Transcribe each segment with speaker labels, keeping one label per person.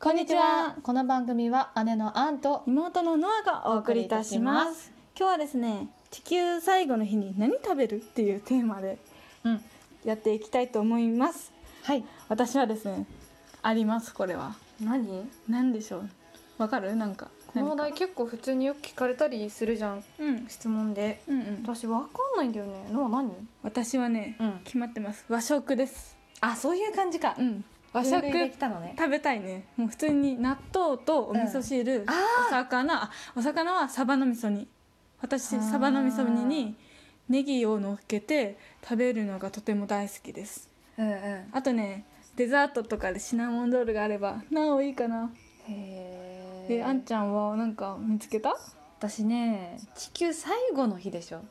Speaker 1: こんにちは。
Speaker 2: この番組は姉のアンと
Speaker 1: 妹のノアがお送りいたします。
Speaker 2: す。
Speaker 1: 今日はですね、地球最後の日に何食べるっていうテーマで
Speaker 2: うん、
Speaker 1: やっていきたいと思います。
Speaker 2: はい。
Speaker 1: 私はですね、ありますこれは。
Speaker 3: 何
Speaker 1: なんでしょう。わかるなんか。
Speaker 3: この話題結構普通によく聞かれたりするじゃん
Speaker 1: 何か
Speaker 3: 質問で
Speaker 1: うん、うんうん。
Speaker 3: 私わかんないんだよねのは何
Speaker 1: 私はね、
Speaker 3: うん
Speaker 1: 決まってます。和食です。
Speaker 2: あ、そういう感じか
Speaker 1: う。ん。和
Speaker 2: 分
Speaker 1: 食
Speaker 2: 類できたのね。
Speaker 1: 食べたいね。もう普通に納豆とお味噌汁、お魚、あお魚はサバの味噌煮。私
Speaker 2: あー
Speaker 1: サバの味噌煮にネギを乗っけて食べるのがとても大好きです。
Speaker 2: うんうん。へ
Speaker 1: あとねデザートとかでシナモンロールがあればなおいいかな。
Speaker 2: え
Speaker 1: であんちゃんはなんか見つけた？
Speaker 2: 私ね、地球最後の日でしょ。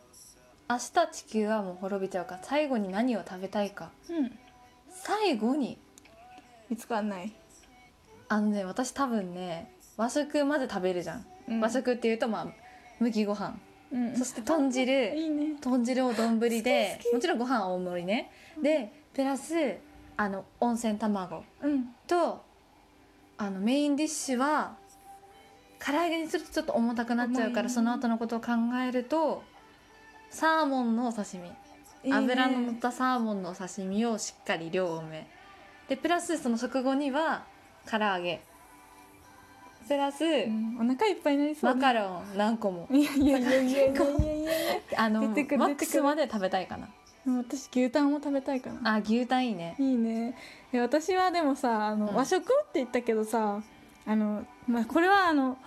Speaker 2: 明日地球はもう滅びちゃうから、最後に何を食べたいか。
Speaker 1: うん。
Speaker 2: 最後に、
Speaker 1: 見つかんない。
Speaker 2: あのね、私多分ね、和食まず食べるじゃん。
Speaker 1: うん
Speaker 2: 和食っていうと、まあ、麦ご飯、
Speaker 1: うん
Speaker 2: そして豚汁。
Speaker 1: いいね。
Speaker 2: 豚汁を丼でもちろんご飯大盛りね、でプラスあの温泉卵
Speaker 1: うん。
Speaker 2: とあのメインディッシュは唐揚げにするとちょっと重たくなっち
Speaker 1: 重
Speaker 2: ゃうか
Speaker 1: いね
Speaker 2: らその後のことを考えるとサーモンのお刺身
Speaker 1: いいね
Speaker 2: 油の乗ったサーモンのお刺身をしっかり量多めでプラスその食後には唐揚げプラス
Speaker 1: うんお腹いっぱいになりそう
Speaker 2: マ
Speaker 1: ね。
Speaker 2: カロン何個も
Speaker 1: いやいやいやいやいやいやいや。
Speaker 2: あのマ
Speaker 1: 出てくる
Speaker 2: ックスまで食べたいかな
Speaker 1: でも私牛タンも食べたいかな。
Speaker 2: あ牛タンいいね
Speaker 1: いいね。え私はでもさあの、
Speaker 2: うん
Speaker 1: 和食って言ったけどさあの、まあ、これはあの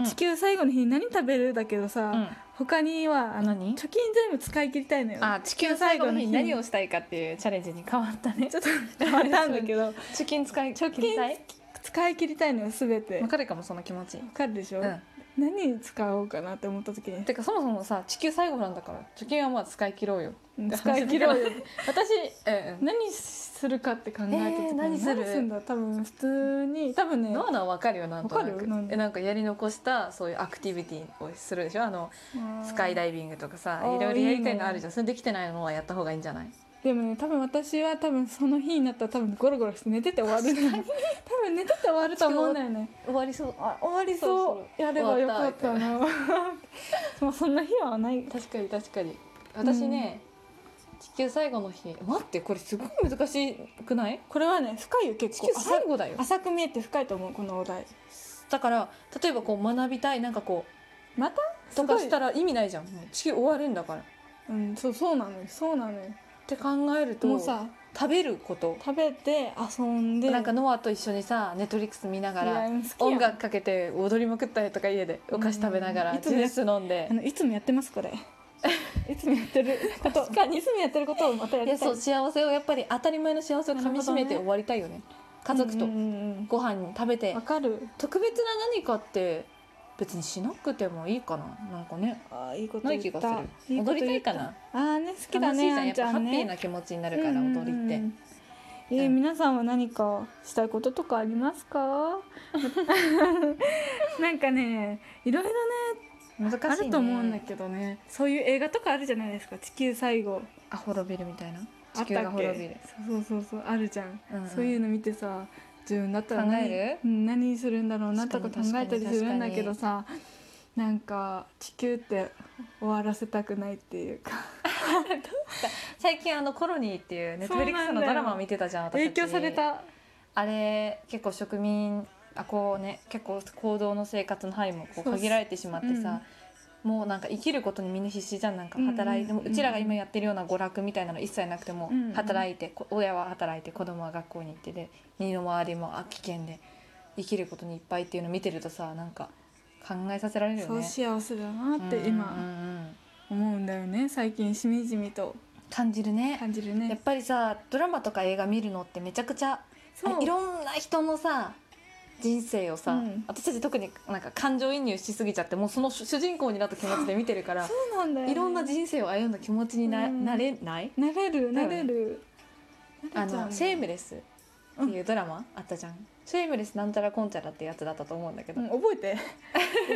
Speaker 2: うん
Speaker 1: 地球最後の日に何食べるだけどさ、
Speaker 2: うん
Speaker 1: 他にはあの
Speaker 2: 何
Speaker 1: 貯金全部使い切りたいのよ。
Speaker 2: あ地球最後の日に何をしたいかっていうチャレンジに変わった ね
Speaker 1: ちょっと変わったんだけ ど
Speaker 2: 貯金使い貯
Speaker 1: 金
Speaker 2: たい
Speaker 1: 使い切りたいのよすべて。
Speaker 2: わ
Speaker 1: わ
Speaker 2: かるかもその気持ち
Speaker 1: かるでしょ、
Speaker 2: う
Speaker 1: 何に使おうかなって思った時に
Speaker 2: んてかそもそもさ地球最後なんだから貯金はまあ使い切ろうよ
Speaker 1: うん使い切ろうよ私
Speaker 2: うん
Speaker 1: 何するかって考えた時に、
Speaker 2: えー何する
Speaker 1: んだ多分普通に多分
Speaker 2: うん
Speaker 1: ね
Speaker 2: ノアナはわかるよなんとな
Speaker 1: わか
Speaker 2: く
Speaker 1: るなんで
Speaker 2: えなんかやり残したそういうアクティビティをするでしょあのスカイダイビングとかさ
Speaker 1: あー
Speaker 2: いろいろやりたいのあるじゃんそれできてないのはやった方がいいんじゃない
Speaker 1: でもね多分私は多分その日になったら多分ゴロゴロして寝てて終わるのよ多分寝てて終わると思うんだよね
Speaker 2: 終わりそう
Speaker 1: あ終わりそう
Speaker 2: そうそう
Speaker 1: やればよかったなもうそんな日はない
Speaker 2: 確かに確かに私ね、地球最後の日待ってこれすごい難しくない
Speaker 1: これはね深いよ結
Speaker 2: 地
Speaker 1: 構
Speaker 2: 球最後だよ
Speaker 1: 浅浅く見えて深いと思うこのお題
Speaker 2: だから例えばこう学びたいなんかこ
Speaker 1: また
Speaker 2: うとかした
Speaker 1: ら
Speaker 2: ら意味ないじゃんもう地球終わるんだからっ
Speaker 1: うんそうそうなのよそうなのよ
Speaker 2: て考えると
Speaker 1: もうさ
Speaker 2: 食べること
Speaker 1: 食べて遊んで
Speaker 2: なんかノアと一緒にさネットリックス見なが
Speaker 1: いや
Speaker 2: ら
Speaker 1: 好きやん
Speaker 2: 音楽かけて踊りまくったりとか家でお菓子食べなが
Speaker 1: うんい
Speaker 2: ら
Speaker 1: つも
Speaker 2: ジュ
Speaker 1: や
Speaker 2: ース飲んで
Speaker 1: あのいつもやってますこ れいつもやってること
Speaker 2: 確かに
Speaker 1: いつもやってることをまたや
Speaker 2: い
Speaker 1: りた
Speaker 2: や
Speaker 1: い
Speaker 2: そう幸せをやっぱり当たり前の幸せをかみしめて終わりたいよね家族と
Speaker 1: うんうんうん
Speaker 2: ご飯に食べて
Speaker 1: わかる
Speaker 2: 特別な何かって別にしなくてもいいかななんかね
Speaker 1: あーいいこと
Speaker 2: ない
Speaker 1: 言
Speaker 2: 気
Speaker 1: った
Speaker 2: がする
Speaker 1: いいこと
Speaker 2: 踊りた
Speaker 1: 言
Speaker 2: い
Speaker 1: った
Speaker 2: かな
Speaker 1: あーね好きだねあ
Speaker 2: 楽し
Speaker 1: ん
Speaker 2: いじ
Speaker 1: ち
Speaker 2: ゃんや
Speaker 1: ゃ
Speaker 2: っぱ
Speaker 1: ん
Speaker 2: ハッピー
Speaker 1: ね
Speaker 2: な気持ちになるから踊りって、
Speaker 1: うんえー
Speaker 2: うん
Speaker 1: 皆さんは何かしたいこととかありますか なんかねいろいろね
Speaker 2: 難しい、ね、
Speaker 1: あると思うんだけどねそういう映画とかあるじゃないですか地球最後
Speaker 2: あ滅びるみたいな
Speaker 1: あ
Speaker 2: 地
Speaker 1: った
Speaker 2: 球
Speaker 1: っ
Speaker 2: が滅びる
Speaker 1: けそうそうそうそうあるじゃん、
Speaker 2: うんうん
Speaker 1: そういうの見てさ自分だったら
Speaker 2: 考え
Speaker 1: る何するんだろうなとか
Speaker 2: 確
Speaker 1: 考
Speaker 2: か
Speaker 1: え
Speaker 2: に
Speaker 1: たりするんだけどさなんか地球って終わらせたくないっていうか
Speaker 2: 最近あのコロニーっていうネッ
Speaker 1: そ
Speaker 2: ト
Speaker 1: うな
Speaker 2: フ
Speaker 1: んだよ
Speaker 2: リックスのドラマを見てたじゃん私たち
Speaker 1: 影響された
Speaker 2: あれ結構植民あこうね結構行動の生活の範囲もこう
Speaker 1: そう
Speaker 2: 限られてしまってさ、もうなんか生きることにみんな必死じゃんなんか働いて、
Speaker 1: うんうんうん
Speaker 2: でもうちらが今やってるような娯楽みたいなの一切なくても、
Speaker 1: うんうん
Speaker 2: 働いてこ親は働いて子供は学校に行ってで身の回りもあ危険で生きることにいっぱいっていうのを見てるとさなんか考えさせられるよ
Speaker 1: そう
Speaker 2: ね。
Speaker 1: 幸せだなって
Speaker 2: うんう
Speaker 1: 今
Speaker 2: んうん
Speaker 1: 思うんだよね最近しみじみと
Speaker 2: 感じるね
Speaker 1: 感じる
Speaker 2: やっ
Speaker 1: ね
Speaker 2: ぱりさドラマとか映画見るのってめちゃくちゃ
Speaker 1: そう
Speaker 2: いろんな人のさ人生をさ、
Speaker 1: うん
Speaker 2: 私たち特になんか感情移入しすぎちゃってもうその主主人公になった気持ちで見てるから
Speaker 1: そうなんだよね
Speaker 2: いろんな人生を歩んだ気持ちにな,、
Speaker 1: うん
Speaker 2: なれない
Speaker 1: なれる
Speaker 2: だ
Speaker 1: な
Speaker 2: よね
Speaker 1: れるな
Speaker 2: あ
Speaker 1: れちゃう
Speaker 2: の
Speaker 1: ね
Speaker 2: シェイムレスっていうドラマあったじゃん、シェイムレスなんちゃらこんちゃらってやつだったと思うんだけど、
Speaker 1: うん覚え て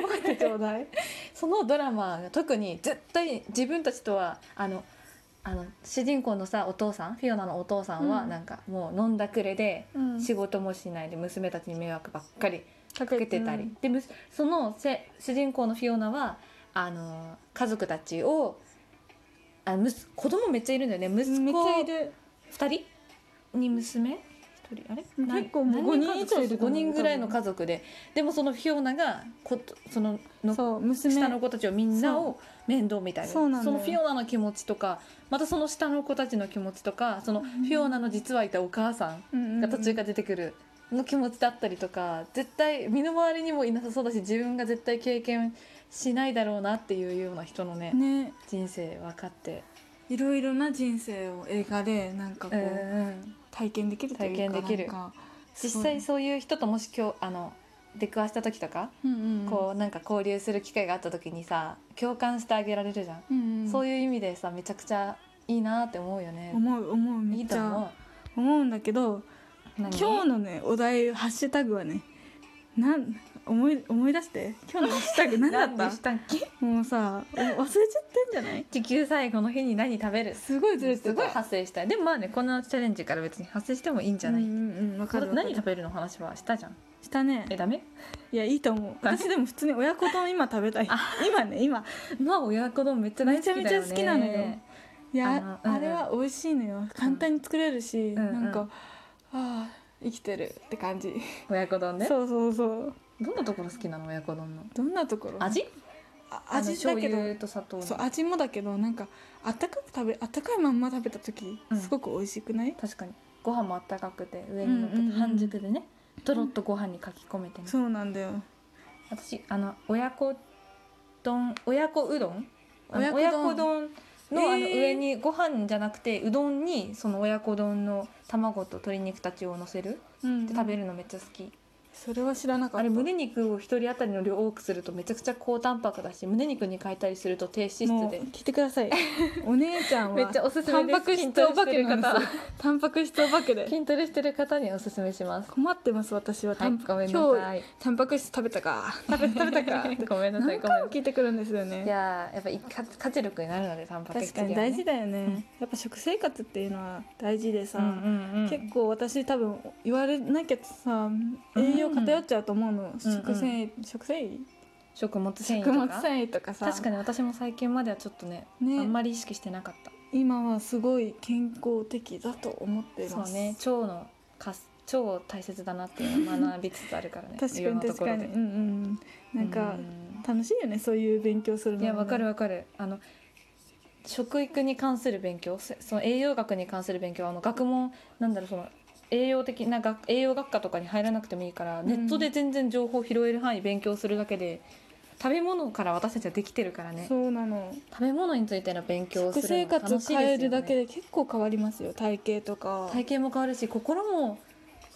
Speaker 1: 覚えてちょうだい
Speaker 2: そのドラマが特に絶対自分たちとはあのあの主人公のさお父さんフィオナのお父さんは
Speaker 1: うん
Speaker 2: なんかもう飲んだくれで
Speaker 1: うん
Speaker 2: 仕事もしないで娘たちに迷惑ばっかり
Speaker 1: か
Speaker 2: かけてたり、でむそのせ主人公のフィオナはあの家族たちをあむす子供めっちゃいるんだよね
Speaker 1: う
Speaker 2: 息
Speaker 1: んめっち
Speaker 2: 子
Speaker 1: ゃいる
Speaker 2: 2人に娘1人あれ
Speaker 1: うん
Speaker 2: な
Speaker 1: 結構もう
Speaker 2: 何
Speaker 1: 五人以上いると
Speaker 2: 5
Speaker 1: 思う
Speaker 2: 人ぐらいの家族ででもそのフィオナがことそのの
Speaker 1: そう
Speaker 2: 下
Speaker 1: 娘
Speaker 2: の子たちをみんなを面倒みたいな
Speaker 1: そうなんだよ
Speaker 2: のフィオナの気持ちとかまたその下の子たちの気持ちとかそのフィオナの実はいたお母さ
Speaker 1: う
Speaker 2: ん
Speaker 1: ん
Speaker 2: が途中から出てくるの気持ちだったりとか絶対身の回りにもいなさそうだし自分が絶対経験しないだろうなっていうような人のね
Speaker 1: ね
Speaker 2: 人生分かって、
Speaker 1: いろいろな人生を映画でなんかこう、
Speaker 2: うん
Speaker 1: 体験できるというか
Speaker 2: 体験できる
Speaker 1: なんか
Speaker 2: 実際そういう人ともし今日あの出くわした時とか、
Speaker 1: うんうん、
Speaker 2: こうなんか交流する機会があった時にさ共感してあげられるじゃん、
Speaker 1: う、んうん、
Speaker 2: そう
Speaker 1: いう
Speaker 2: いう意味でさめちゃくちゃいいなって思うよね。
Speaker 1: 思う思う
Speaker 2: い
Speaker 1: めっ
Speaker 2: い
Speaker 1: ち
Speaker 2: と思
Speaker 1: ゃ
Speaker 2: う。
Speaker 1: 思うんだけど
Speaker 2: 今
Speaker 1: 今日のねお題ハッシュタグはねなん思い思い出して今日のハッシュタ グ何だった
Speaker 2: たっけ？
Speaker 1: もうさお忘れちゃってんじゃない
Speaker 2: 地球最後の日に何食べる？
Speaker 1: すごいずれてた
Speaker 2: すごい発生したい。でもまあねこのチャレンジから別に発生してもいいんじゃない？
Speaker 1: うんうんうんわかるわかる
Speaker 2: 何食べるの話はしたじゃん。
Speaker 1: したね
Speaker 2: えダメ？
Speaker 1: いやいいと思う私でも普通に親子丼今食べたい今ね今
Speaker 2: まあ親子丼めっちゃ大好きだよね。
Speaker 1: めちゃめちゃ好きなのよいや
Speaker 2: あ
Speaker 1: あ,、
Speaker 2: のうん
Speaker 1: れは美味しいのよ簡単に作れるし、
Speaker 2: んうん
Speaker 1: なんか、ああ生きてるって感じ、
Speaker 2: 親子丼ね。
Speaker 1: そうそうそう
Speaker 2: どんなところ好きなの親子丼の？
Speaker 1: どんなところ
Speaker 2: 味？
Speaker 1: あ
Speaker 2: あの
Speaker 1: 味だけ
Speaker 2: 醤
Speaker 1: ど
Speaker 2: 油と砂糖の。
Speaker 1: そう味もだけどなんかあったかく食べあったかいまんま食べた時、
Speaker 2: うん
Speaker 1: すごく美味しくない
Speaker 2: 確かに。ご飯もあったかくて上に乗ってて
Speaker 1: うんうんうん
Speaker 2: 半熟でね。とろっとご飯にかき込めてね。
Speaker 1: そうなんだよ
Speaker 2: 私あの親子丼親子うどんあの
Speaker 1: 親
Speaker 2: 親
Speaker 1: 子
Speaker 2: 子
Speaker 1: 丼
Speaker 2: 丼の,、あの
Speaker 1: えー
Speaker 2: 上にご飯じゃなくてうどんにその親子丼の卵と鶏肉たちを乗せる
Speaker 1: うん
Speaker 2: で食べるのめっちゃ好き、
Speaker 1: それは知らなかった
Speaker 2: あれ胸肉を一人当たりの量多くするとめちゃくちゃ高タンパクだし胸肉に変えたりすると低脂
Speaker 1: も
Speaker 2: 質
Speaker 1: う
Speaker 2: で
Speaker 1: 聞いてくだ さいお姉ちゃんは
Speaker 2: めっちゃおすす
Speaker 1: タ
Speaker 2: め
Speaker 1: ン
Speaker 2: です
Speaker 1: パク質お化けなんですよ
Speaker 2: 筋トレしてる
Speaker 1: タンパク質お化けで
Speaker 2: 方筋トレしてる方におすすめします
Speaker 1: 困ってます私は、
Speaker 2: は
Speaker 1: タ
Speaker 2: い
Speaker 1: ン
Speaker 2: ご
Speaker 1: パ
Speaker 2: めんな
Speaker 1: 今
Speaker 2: さ
Speaker 1: 日
Speaker 2: い
Speaker 1: タンパク質食べたか食べ 食べたか
Speaker 2: ごめんなさ
Speaker 1: 何
Speaker 2: い ごめん
Speaker 1: 回も聞いてくるんですよ
Speaker 2: い
Speaker 1: ね
Speaker 2: やーやっぱ一括活力になるのでタンパク
Speaker 1: 確
Speaker 2: 質
Speaker 1: か
Speaker 2: がね
Speaker 1: に大事だよね、やっぱ食生活っていうのは大事でさ、
Speaker 2: うんうんうん
Speaker 1: 結構私多分言われなきゃさ栄養偏っちゃうと思うの、食繊維食繊維
Speaker 2: 食物繊維
Speaker 1: 食
Speaker 2: と
Speaker 1: 物
Speaker 2: か
Speaker 1: 繊維とかさ
Speaker 2: 確かに私も最近まではちょっとね
Speaker 1: ね
Speaker 2: あんまり意識してなかった
Speaker 1: 今はすごい健康的だと思って
Speaker 2: そ
Speaker 1: ま
Speaker 2: う
Speaker 1: す
Speaker 2: ね腸のかす腸大切だなっていうのを学びつつあるからね
Speaker 1: 確
Speaker 2: い
Speaker 1: か
Speaker 2: ろん
Speaker 1: に
Speaker 2: なと
Speaker 1: 確
Speaker 2: こ
Speaker 1: か
Speaker 2: ろ
Speaker 1: に
Speaker 2: で
Speaker 1: うんうんなんか
Speaker 2: う
Speaker 1: 楽しいよねそういう勉強するの
Speaker 2: んいや
Speaker 1: ね
Speaker 2: わかるわかるあの食育に関する勉強そその栄養学に関する勉強はあの学問なんだろうその栄養的な学栄養学科とかに入らなくてもいいから、
Speaker 1: ん
Speaker 2: ネットで全然情報拾える範囲勉強するだけで食べ物から私たちはできてるからね
Speaker 1: そうなの
Speaker 2: 食べ物についての勉強をす
Speaker 1: 食
Speaker 2: るの
Speaker 1: 生
Speaker 2: 楽
Speaker 1: 活
Speaker 2: しいですよね
Speaker 1: 変えるだけで結構変わりますよ体型とか
Speaker 2: 体型も変わるし心も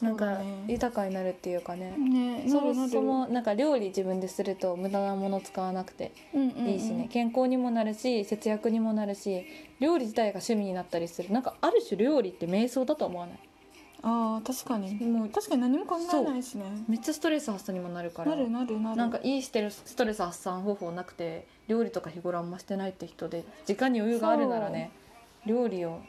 Speaker 2: なん
Speaker 1: そう
Speaker 2: か
Speaker 1: だね
Speaker 2: 豊かになるっていうかね
Speaker 1: ね
Speaker 2: そもそもなんか料理自分ですると無駄なもの使わなくていいしね、健康にもなるし節約にもなるし料理自体が趣味になったりするなんかある種料理って瞑想だと思わない
Speaker 1: あー確かにもう確かに何も考えないしね
Speaker 2: めっちゃストレス発散にもなるから
Speaker 1: なるなるなる
Speaker 2: なんかいいステルストレス発散方法なくて料理とか日頃あんましてないって人で時間に余裕があるならね料理を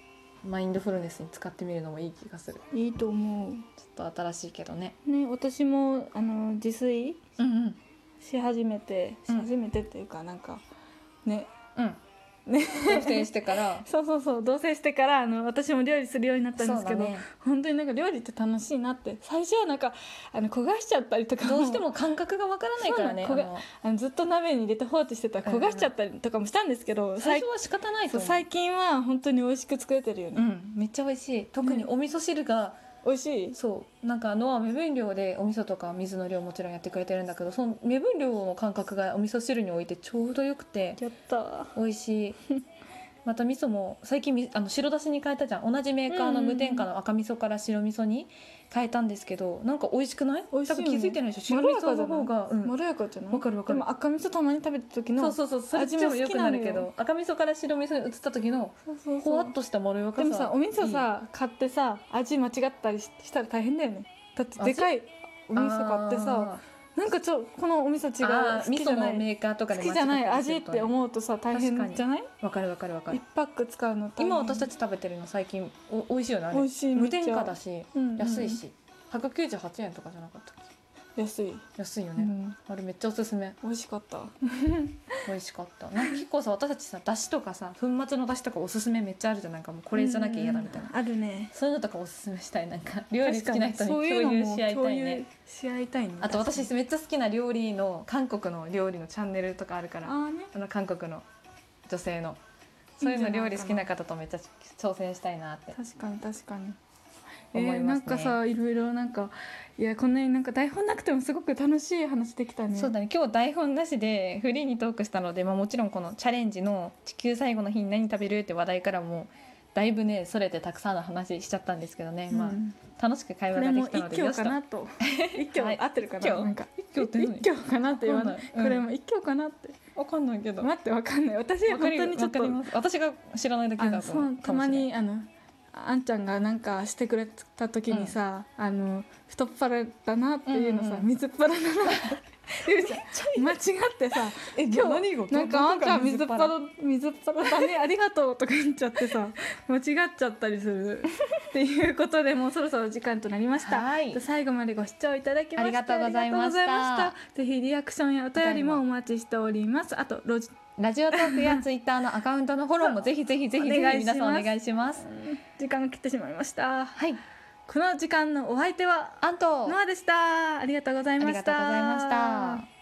Speaker 2: マインドフルネスに使ってみるのもいい気がする
Speaker 1: いいと思
Speaker 2: ちょっと新しいけどね
Speaker 1: うね私もあの自炊
Speaker 2: うんうん
Speaker 1: し始めてし
Speaker 2: うん
Speaker 1: 始めてっていうかなんかね
Speaker 2: うん。ね、同棲してから。
Speaker 1: そうそうそう同棲してからあの私も料理するようになったんですけど、
Speaker 2: そうだね
Speaker 1: 本当になんか料理って楽しいなって最初はなんかあの焦がしちゃったりとか
Speaker 2: どうしても感覚がわからないからね。
Speaker 1: そうなの
Speaker 2: あの
Speaker 1: あのずっと鍋に入れて放置してたら焦がしちゃったりとかもしたんですけど、最
Speaker 2: 最初は仕方ないと
Speaker 1: そう
Speaker 2: 思う。
Speaker 1: 最近は本当に美味しく作れてるよね、
Speaker 2: うん、めっちゃ美味しい。特にお味噌汁が、
Speaker 1: 美味しい
Speaker 2: そう、なんかあの目分量でお味噌とか水の量もちろんやってくれてるんだけど、その目分量の感覚がお味噌汁においてちょうどよくて
Speaker 1: やった
Speaker 2: 美味し い。また味噌も最近みあの白だしに変えたじゃん同じメーカーの無添加の赤味噌から白味噌に変えたんですけどなんか美味しくない
Speaker 1: 美味しいよね
Speaker 2: 多分気づいてないでしょ白味噌の方が、うん
Speaker 1: まろやかじゃない
Speaker 2: わかるわかる
Speaker 1: でも赤味噌たまに食べた時の
Speaker 2: そうそうそうそっちも良くなるけ
Speaker 1: 味も好きなの
Speaker 2: ど赤味噌から白味噌に移った時の
Speaker 1: そうそうそう
Speaker 2: ほわっとしたまろやかさ
Speaker 1: でもさお味噌さ買ってさ味間違ったりししたら大変だよねだって
Speaker 2: 味
Speaker 1: でかいお味噌買ってさ
Speaker 2: あ
Speaker 1: なんかちょこのお味噌違う
Speaker 2: あー
Speaker 1: 好き
Speaker 2: 味
Speaker 1: じゃ
Speaker 2: 噌
Speaker 1: な
Speaker 2: の
Speaker 1: い
Speaker 2: メーカーとか
Speaker 1: 好
Speaker 2: で
Speaker 1: きじゃない味って
Speaker 2: う
Speaker 1: 思うとさ大変じゃない
Speaker 2: わかるわかるわかる
Speaker 1: 一パック使うの大変
Speaker 2: 今私たち食べてるの最近お美味しいよねあ
Speaker 1: 美
Speaker 2: れ
Speaker 1: 味しい
Speaker 2: 無添
Speaker 1: めっち
Speaker 2: 加
Speaker 1: ゃ
Speaker 2: だし
Speaker 1: うんうん
Speaker 2: 安いし198円とかじゃなかったっ
Speaker 1: 安い、
Speaker 2: け安いよ
Speaker 1: う
Speaker 2: ね、
Speaker 1: ん、
Speaker 2: あれめっちゃおすすめ
Speaker 1: 美味しかった
Speaker 2: 美味しかったなんか結構さ私たちさだしとかさ粉末のだしとかおすすめめっちゃあるじゃんなんかもうこれじゃなきゃ嫌だみたいな、
Speaker 1: うんあるね
Speaker 2: そういうのとかおすすめしたいなんか料理好きな人に
Speaker 1: そ
Speaker 2: 共
Speaker 1: ういうの
Speaker 2: 有
Speaker 1: も
Speaker 2: し合いたい
Speaker 1: 共有
Speaker 2: ね
Speaker 1: し合いたいね
Speaker 2: あと私めっちゃ好きな料理の韓国の料理のチャンネルとかあるか
Speaker 1: あ
Speaker 2: ら
Speaker 1: ーね
Speaker 2: あの韓国の女性のそういうの料理好きな方とめっちゃ挑戦したいなって
Speaker 1: 確かに確かにえ
Speaker 2: 思い
Speaker 1: ー、
Speaker 2: ま
Speaker 1: な
Speaker 2: す
Speaker 1: んか
Speaker 2: ね。
Speaker 1: さいろいろなんかいやこんなになんか台本なくてもすごく楽しい話できたね
Speaker 2: そうだね今日台本なしでフリーにトークしたので、まあ、もちろんこのチャレンジの「地球最後の日に何食べる?」って話題からもだいぶねそれてたくさんの話しちゃったんですけどね、
Speaker 1: うん
Speaker 2: まあ、楽しく会
Speaker 1: こ
Speaker 2: 話
Speaker 1: れ
Speaker 2: がで
Speaker 1: も
Speaker 2: きたの
Speaker 1: 一
Speaker 2: でよ
Speaker 1: 挙
Speaker 2: しと
Speaker 1: かな と一挙、
Speaker 2: はい
Speaker 1: 合ってるか
Speaker 2: 一
Speaker 1: な
Speaker 2: 挙
Speaker 1: なんか
Speaker 2: 一挙って何
Speaker 1: 一挙かなって言わない
Speaker 2: わかんないうん
Speaker 1: これも一挙かなって
Speaker 2: わかんないけど
Speaker 1: 待ってわかんない私
Speaker 2: わか
Speaker 1: 本
Speaker 2: り
Speaker 1: 当にちょっと
Speaker 2: わかります私が知らないだけ
Speaker 1: あ
Speaker 2: だ
Speaker 1: の
Speaker 2: と
Speaker 1: そ
Speaker 2: 思
Speaker 1: う
Speaker 2: う
Speaker 1: た
Speaker 2: か
Speaker 1: ま
Speaker 2: もしれない
Speaker 1: にあのあんちゃんがなんかしてくれた時にさ、あの太っ腹だなっていうのさ、
Speaker 2: うんうん
Speaker 1: 水っ腹だなっていうじゃん間違ってさ
Speaker 2: え今日何が
Speaker 1: なんかあんちゃん水っ腹水っ腹だねありがとうとか言っちゃってさ 間違っちゃったりするっていうことでもうそろそろ時間となりました、
Speaker 2: はい
Speaker 1: 最後までご視聴いただきまして
Speaker 2: ありがとうございました
Speaker 1: ありがとうございましたぜひリアクションやお便りもお待ちしておりますあとロジ
Speaker 2: ラジオトークやツイッターのアカウントのフォローもぜひぜひぜひぜ
Speaker 1: お願
Speaker 2: ひ
Speaker 1: いしま
Speaker 2: 皆
Speaker 1: す
Speaker 2: さんお願いします
Speaker 1: 時間が切ってしまいました
Speaker 2: はい
Speaker 1: この時間のお相手は
Speaker 2: アント
Speaker 1: ノアでしたありがとうございました
Speaker 2: ありがとうございました